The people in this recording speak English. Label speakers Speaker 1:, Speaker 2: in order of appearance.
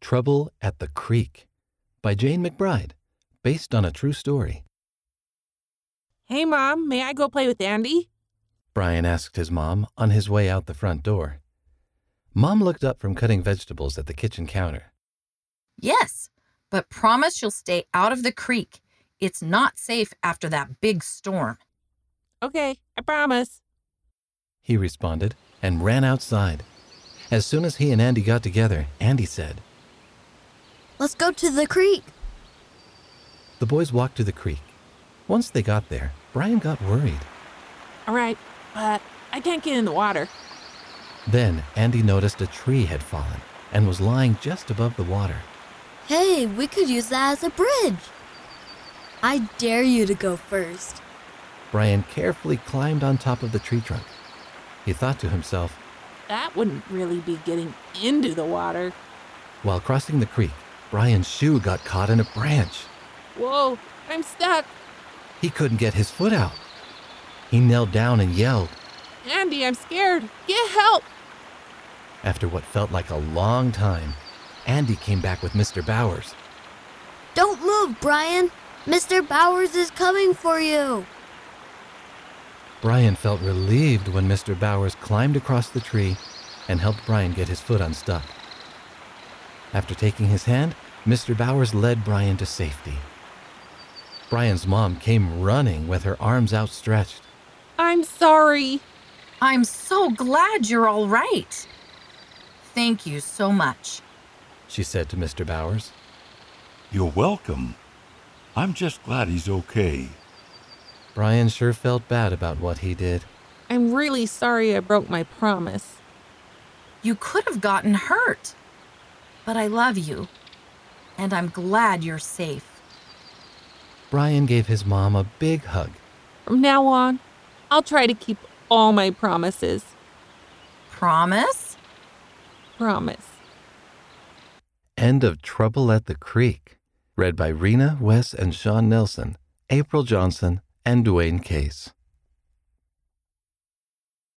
Speaker 1: Trouble at the Creek by Jane McBride, based on a true story.
Speaker 2: Hey, Mom, may I go play with Andy?
Speaker 1: Brian asked his mom on his way out the front door. Mom looked up from cutting vegetables at the kitchen counter.
Speaker 3: Yes, but promise you'll stay out of the creek. It's not safe after that big storm.
Speaker 2: Okay, I promise.
Speaker 1: He responded and ran outside. As soon as he and Andy got together, Andy said,
Speaker 4: Let's go to the creek.
Speaker 1: The boys walked to the creek. Once they got there, Brian got worried.
Speaker 2: All right, but I can't get in the water.
Speaker 1: Then Andy noticed a tree had fallen and was lying just above the water.
Speaker 4: Hey, we could use that as a bridge. I dare you to go first.
Speaker 1: Brian carefully climbed on top of the tree trunk. He thought to himself,
Speaker 2: That wouldn't really be getting into the water.
Speaker 1: while crossing the creek, Brian's shoe got caught in a branch.
Speaker 2: Whoa, I'm stuck.
Speaker 1: He couldn't get his foot out. He knelt down and yelled.
Speaker 2: Andy, I'm scared. Get help.
Speaker 1: After what felt like a long time, Andy came back with Mr. Bowers.
Speaker 4: Don't move, Brian. Mr. Bowers is coming for you.
Speaker 1: Brian felt relieved when Mr. Bowers climbed across the tree and helped Brian get his foot unstuck. After taking his hand, Mr. Bowers led Brian to safety. Brian's mom came running with her arms outstretched.
Speaker 2: I'm sorry.
Speaker 3: I'm so glad you're all right. Thank you so much.
Speaker 1: She said to Mr. Bowers,
Speaker 5: You're welcome. I'm just glad he's okay.
Speaker 1: Brian sure felt bad about what he did.
Speaker 2: I'm really sorry I broke my promise.
Speaker 3: You could have gotten hurt. But I love you. And I'm glad you're safe.
Speaker 1: Brian gave his mom a big hug.
Speaker 2: From now on, I'll try to keep all my promises.
Speaker 3: Promise?
Speaker 2: Promise.
Speaker 1: End of Trouble at the Creek. Read by Rena, Wes, and Sean Nelson, April Johnson, and Dwayne Case.